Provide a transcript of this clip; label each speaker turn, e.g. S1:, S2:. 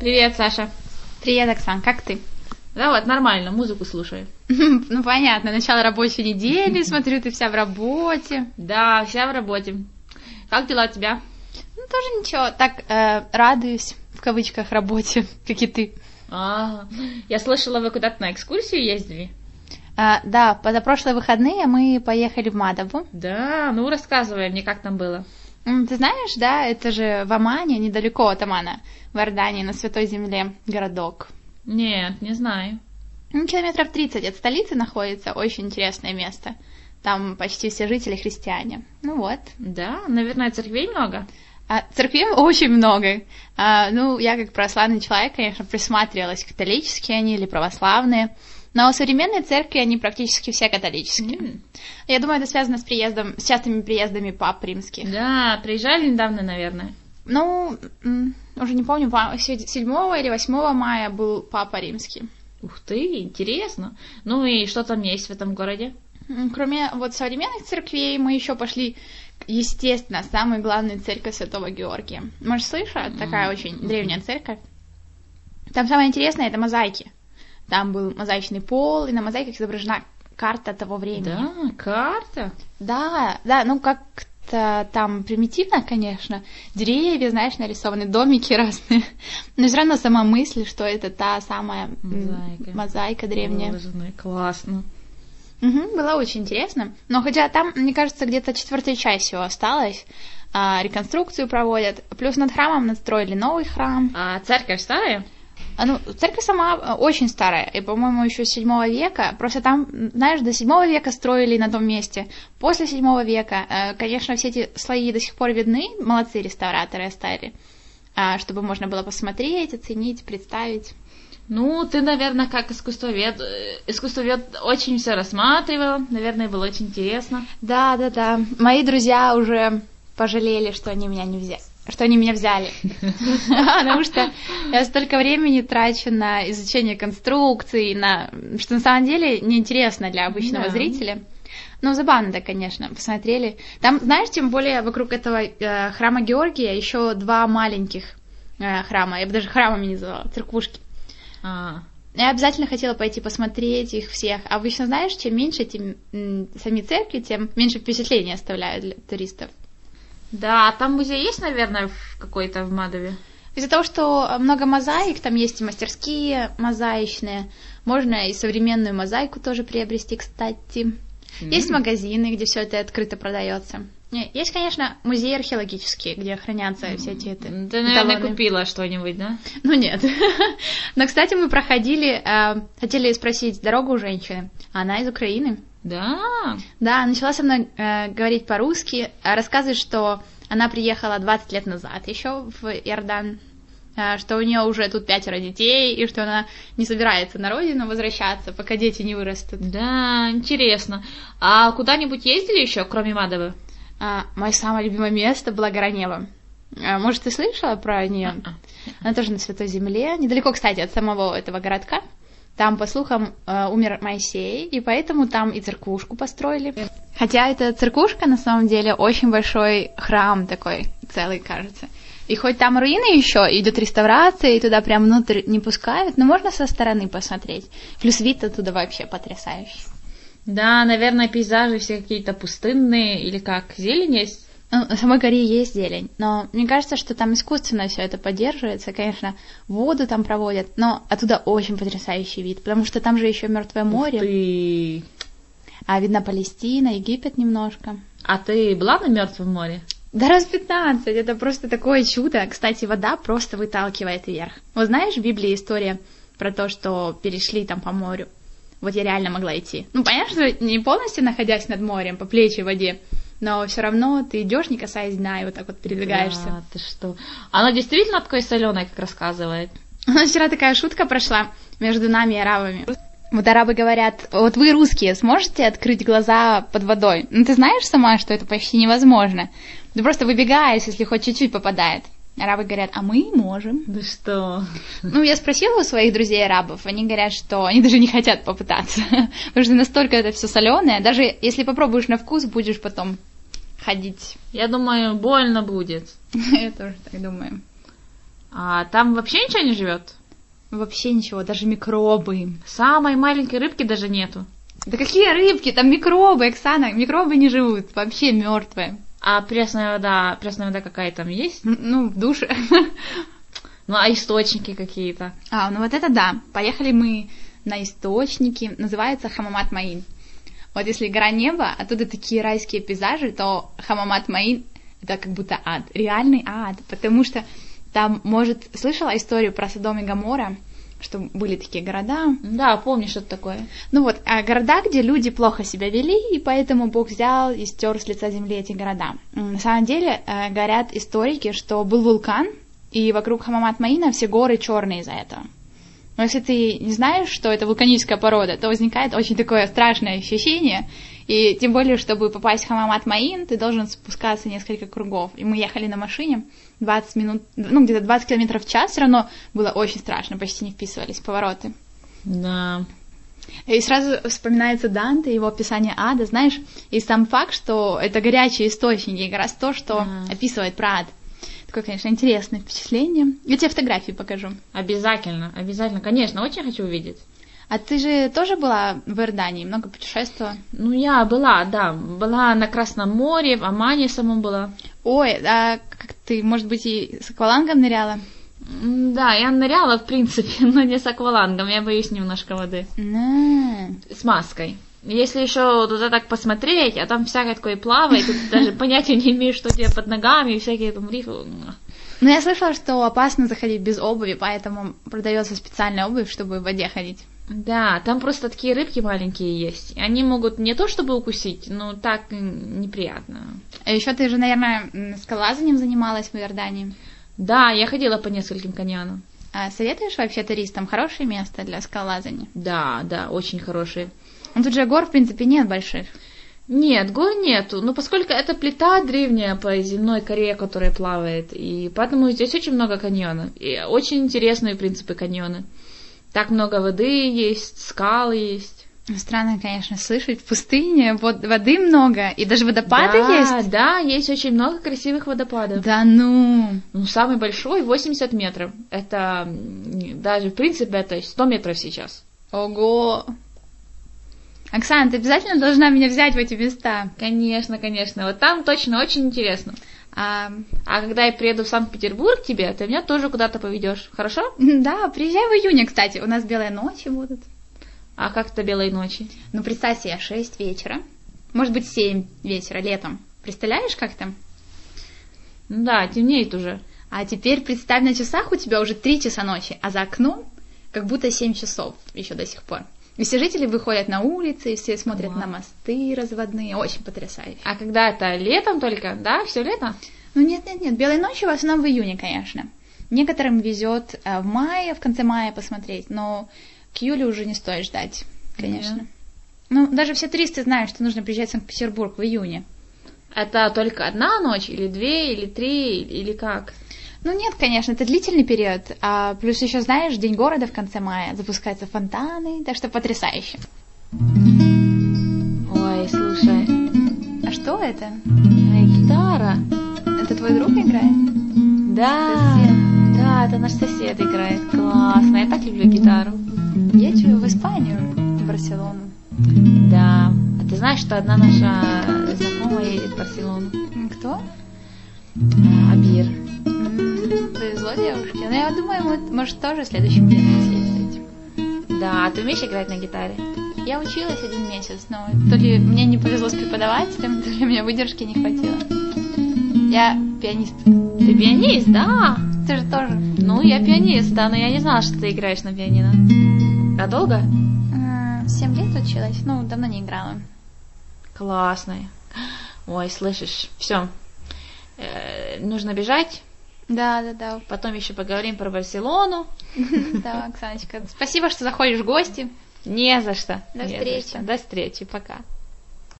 S1: Привет, Саша.
S2: Привет, Оксан, как ты?
S1: Да вот, нормально, музыку слушаю.
S2: Ну, понятно, начало рабочей недели, смотрю, ты вся в работе.
S1: Да, вся в работе. Как дела у тебя?
S2: Ну, тоже ничего, так э, радуюсь, в кавычках, работе, как и ты.
S1: А, я слышала, вы куда-то на экскурсию ездили.
S2: А, да, позапрошлые выходные мы поехали в Мадабу.
S1: Да, ну рассказывай мне, как там было.
S2: М, Ты знаешь, да, это же в Омане, недалеко от Омана, в Иордании, на Святой Земле, городок.
S1: Нет, не знаю.
S2: Ну, километров 30 от столицы находится, очень интересное место. Там почти все жители христиане. Ну вот.
S1: Да, наверное, церквей много.
S2: А церквей очень много. А, ну, я как православный человек, конечно, присматривалась, католические они или православные. Но современные церкви, они практически все католические.
S1: М,
S2: Я думаю, это связано с приездом, с частыми приездами пап римских.
S1: Да, приезжали недавно, наверное.
S2: Ну, м, уже не помню, по- се- 7 или 8 мая был папа римский.
S1: Ух ты, интересно. Ну и что там есть в этом городе?
S2: М, Кроме вот современных церквей, мы еще пошли, естественно, самой главной церкви Святого Георгия. Может, слышала? Такая
S1: М.
S2: очень древняя церковь. Там самое интересное — это мозаики. Там был мозаичный пол, и на мозаиках изображена карта того времени.
S1: Да, карта.
S2: Да, да, ну как-то там примитивно, конечно. Деревья, знаешь, нарисованы, домики разные. Но все равно сама мысль, что это та самая м,
S1: Мозаика.
S2: мозаика древняя.
S1: Выложенная, классно.
S2: Мгм, было очень интересно. Но хотя там, мне кажется, где-то четвертая часть всего осталась. А, реконструкцию проводят. Плюс над храмом настроили новый храм.
S1: А церковь старая?
S2: А, Ну, церковь сама э, очень старая, и, по-моему, еще с 7 века. Просто там, м, знаешь, до 7 века строили на том месте. После 7 века, э, конечно, все эти слои до сих пор видны. Молодцы реставраторы оставили. А, Чтобы можно было посмотреть, оценить, представить.
S1: Ну, ты, наверное, как искусствовед, э, искусствовед очень все рассматривала, наверное, было очень интересно.
S2: Да, да, да. Мои друзья уже пожалели, что они меня не взяли. Что они меня взяли. Потому что я столько времени трачу на изучение конструкций, на что на самом деле неинтересно для обычного
S1: Да.
S2: зрителя. Ну, забавно, да, конечно, посмотрели. Там, знаешь, тем более вокруг этого э, храма Георгия еще два маленьких э, храма. Я бы даже храмами не называла, церквушки.
S1: А,
S2: Я обязательно хотела пойти посмотреть их всех. А Обычно знаешь, чем меньше тем, м, сами церкви, тем меньше впечатления оставляют для туристов.
S1: да, а там музей есть, наверное, в какой-то в Мадове.
S2: Из-за того, что э, много мозаик, там есть и мастерские мозаичные, можно и современную мозаику тоже приобрести, кстати. Есть
S1: М.
S2: магазины, где все это открыто продается. Не, Есть, конечно, музеи археологические, где хранятся все эти Э, это,
S1: М, Ты, наверное,
S2: эталоны.
S1: купила что-нибудь, да?
S2: Ну нет. Но, кстати, мы проходили, э, хотели спросить дорогу у женщины. Она из Украины.
S1: Да.
S2: Да, начала со мной э, говорить по-русски, а рассказывает, что она приехала 20 лет назад еще в Иордан, э, что у нее уже тут пятеро детей, и что она не собирается на родину возвращаться, пока дети не вырастут.
S1: Да, интересно. А куда-нибудь ездили еще, кроме Мадовы?
S2: А, мое самое любимое место была гора Нева. А, может, ты слышала про нее?
S1: А-а.
S2: Она тоже на Святой Земле, недалеко, кстати, от самого этого городка. Там, по слухам, э, умер Моисей, и поэтому там и церквушку построили. Хотя эта церквушка, на самом деле, очень большой храм такой, целый, кажется. И хоть там руины еще, идет реставрация, и туда прям внутрь не пускают, но можно со стороны посмотреть. Плюс вид оттуда вообще потрясающий.
S1: Да, наверное, пейзажи все какие-то пустынные или как, зелень есть?
S2: Ну, на самой горе есть зелень, но мне кажется, что там искусственно все это поддерживается. Конечно, воду там проводят, но оттуда очень потрясающий вид, потому что там же еще Мертвое море,
S1: Ух ты.
S2: а видна Палестина, Египет немножко.
S1: А ты была на Мертвом море?
S2: Да раз 15, это просто такое чудо. Кстати, вода просто выталкивает вверх. Вот знаешь, в Библии история про то, что перешли там по морю. Вот я реально могла идти. Ну, понятно, что не полностью находясь над морем, по плечи в воде, но все равно ты идешь, не касаясь дна, и вот так вот передвигаешься.
S1: Да, ты что? Она действительно такой соленой, как рассказывает?
S2: У нас вчера такая шутка прошла между нами и арабами. Вот арабы говорят, вот вы русские сможете открыть глаза под водой? Ну ты знаешь сама, что это почти невозможно. Ты просто выбегаешь, если хоть чуть-чуть попадает. Арабы говорят, а мы можем.
S1: Да что?
S2: Ну, я спросила у своих друзей арабов, они говорят, что они даже не хотят попытаться, потому что настолько это все соленое, даже если попробуешь на вкус, будешь потом ходить.
S1: Я думаю, больно будет.
S2: Я тоже так думаю.
S1: А там вообще ничего не живет?
S2: Вообще ничего, даже микробы.
S1: Самой маленькой рыбки даже нету.
S2: Да какие рыбки? Там микробы, Оксана. Микробы не живут, вообще мертвые.
S1: А пресная вода, пресная вода какая там есть?
S2: Ну, в душе.
S1: Ну, а источники какие-то?
S2: А, ну вот это да. Поехали мы на источники. Называется Хамамат Маин. Вот если гора неба, оттуда такие райские пейзажи, то Хамамат Маин — это как будто ад. Реальный ад. Потому что там, может, слышала историю про Содом и Гамора, что были такие города.
S1: Да, помню, что-то такое.
S2: Ну вот, а города, где люди плохо себя вели, и поэтому Бог взял и стер с лица земли эти города. М, На самом деле, э, говорят историки, что был вулкан, и вокруг Хамамат Маина все горы черные из-за этого. Но если ты не знаешь, что это вулканическая порода, то возникает очень такое страшное ощущение. И тем более, чтобы попасть в Хамамат Маин, ты должен спускаться несколько кругов. И мы ехали на машине 20 минут, ну, где-то 20 километров в час, все равно было очень страшно, почти не вписывались в повороты.
S1: Да.
S2: И сразу вспоминается Данте, его описание ада, знаешь, и сам факт, что это горячие источники, как раз то, что
S1: Ага.
S2: описывает про ад. Такое, конечно, интересное впечатление. Я тебе фотографии покажу.
S1: Обязательно, обязательно. Конечно, очень хочу увидеть.
S2: А ты же тоже была в Иордании, много путешествовала?
S1: Ну, я была, да, была на Красном море, в Омане самом была.
S2: Ой, а как ты, может быть, и с аквалангом ныряла?
S1: М, Да, я ныряла, в принципе, но не с аквалангом, я боюсь немножко воды.
S2: На.
S1: С маской. Если еще туда так посмотреть, а там всякое такое плавает, и ты даже понятия не имеешь, что у тебя под ногами, и всякие там рифы. М.
S2: Но Ну, я слышала, что опасно заходить без обуви, поэтому продается специальная обувь, чтобы в воде ходить.
S1: Да, там просто такие рыбки маленькие есть. Они могут не то чтобы укусить, но так м, неприятно.
S2: А еще ты же, наверное, м, скалолазанием занималась в Иордании.
S1: Да, я ходила по нескольким каньонам.
S2: А советуешь вообще туристам хорошее место для скалолазания?
S1: Да, да, очень хорошие.
S2: Ну, тут же гор, в принципе, нет больших.
S1: Нет, гор нету, но поскольку это плита древняя по земной коре, которая плавает, и поэтому здесь очень много каньонов, и очень интересные, в принципе, каньоны. Так много воды есть, скалы есть.
S2: Странно, конечно, слышать. В пустыне вод- воды много, и даже водопады
S1: да,
S2: есть.
S1: Да, есть очень много красивых водопадов.
S2: Да ну.
S1: Ну, самый большой 80 метров. Это м, даже, в принципе, это 100 метров сейчас.
S2: Ого! Оксана, ты обязательно должна меня взять в эти места.
S1: Конечно, конечно. Вот там точно очень интересно.
S2: А,
S1: А когда я приеду в Санкт-Петербург к тебе, ты меня тоже куда-то поведешь. Хорошо?
S2: да, приезжай в июне, кстати. У нас белые ночи будут.
S1: А как это белые ночи?
S2: Ну, представь себе, 6 вечера. Может быть, 7 вечера летом. Представляешь, как там?
S1: Ну Да, темнеет уже.
S2: А теперь представь, на часах у тебя уже 3 часа ночи, а за окном как будто 7 часов еще до сих пор. И все жители выходят на улицы, и все смотрят
S1: Вау.
S2: на мосты разводные. Очень потрясающе.
S1: А когда это летом только, да, все лето?
S2: Ну нет, нет, нет, белые ночи в основном в июне, конечно. Некоторым везет э, в мае, в конце мая посмотреть, но к июлю уже не стоит ждать, конечно.
S1: Мгм.
S2: Ну, даже все туристы знают, что нужно приезжать в Санкт-Петербург в июне.
S1: Это только одна ночь, или две, или три, или как?
S2: Ну нет, конечно, это длительный период. А плюс еще, знаешь, День города в конце мая, запускаются фонтаны, так что потрясающе.
S1: Ой, слушай,
S2: А что это?
S1: моя гитара.
S2: Это твой друг играет?
S1: Да,
S2: Сосед.
S1: да, это наш сосед играет. Классно, я так люблю гитару.
S2: Я чую в Испанию, в Барселону.
S1: Да, а ты знаешь, что одна наша знакомая едет в Барселону?
S2: М, Кто?
S1: А, Абир.
S2: М, Повезло девушке. Ну, я думаю, вот, может, тоже следующим летом съездить.
S1: Да, а ты умеешь играть на гитаре?
S2: Я училась один месяц, но то ли мне не повезло с преподавателем, то ли мне выдержки не хватило. Я пианист.
S1: Ты пианист, да?
S2: Ты же тоже.
S1: Ну, я пианист, да, но я не знала, что ты играешь на пианино. А долго?
S2: М, э, Семь лет училась, ну, давно не играла.
S1: Классный. Ой, слышишь, все. нужно бежать.
S2: Да, да, да.
S1: Потом еще поговорим про Барселону.
S2: Да, Оксаночка. Спасибо, что заходишь в гости.
S1: Не за что.
S2: До
S1: не за
S2: встречи.
S1: что. До встречи. Пока.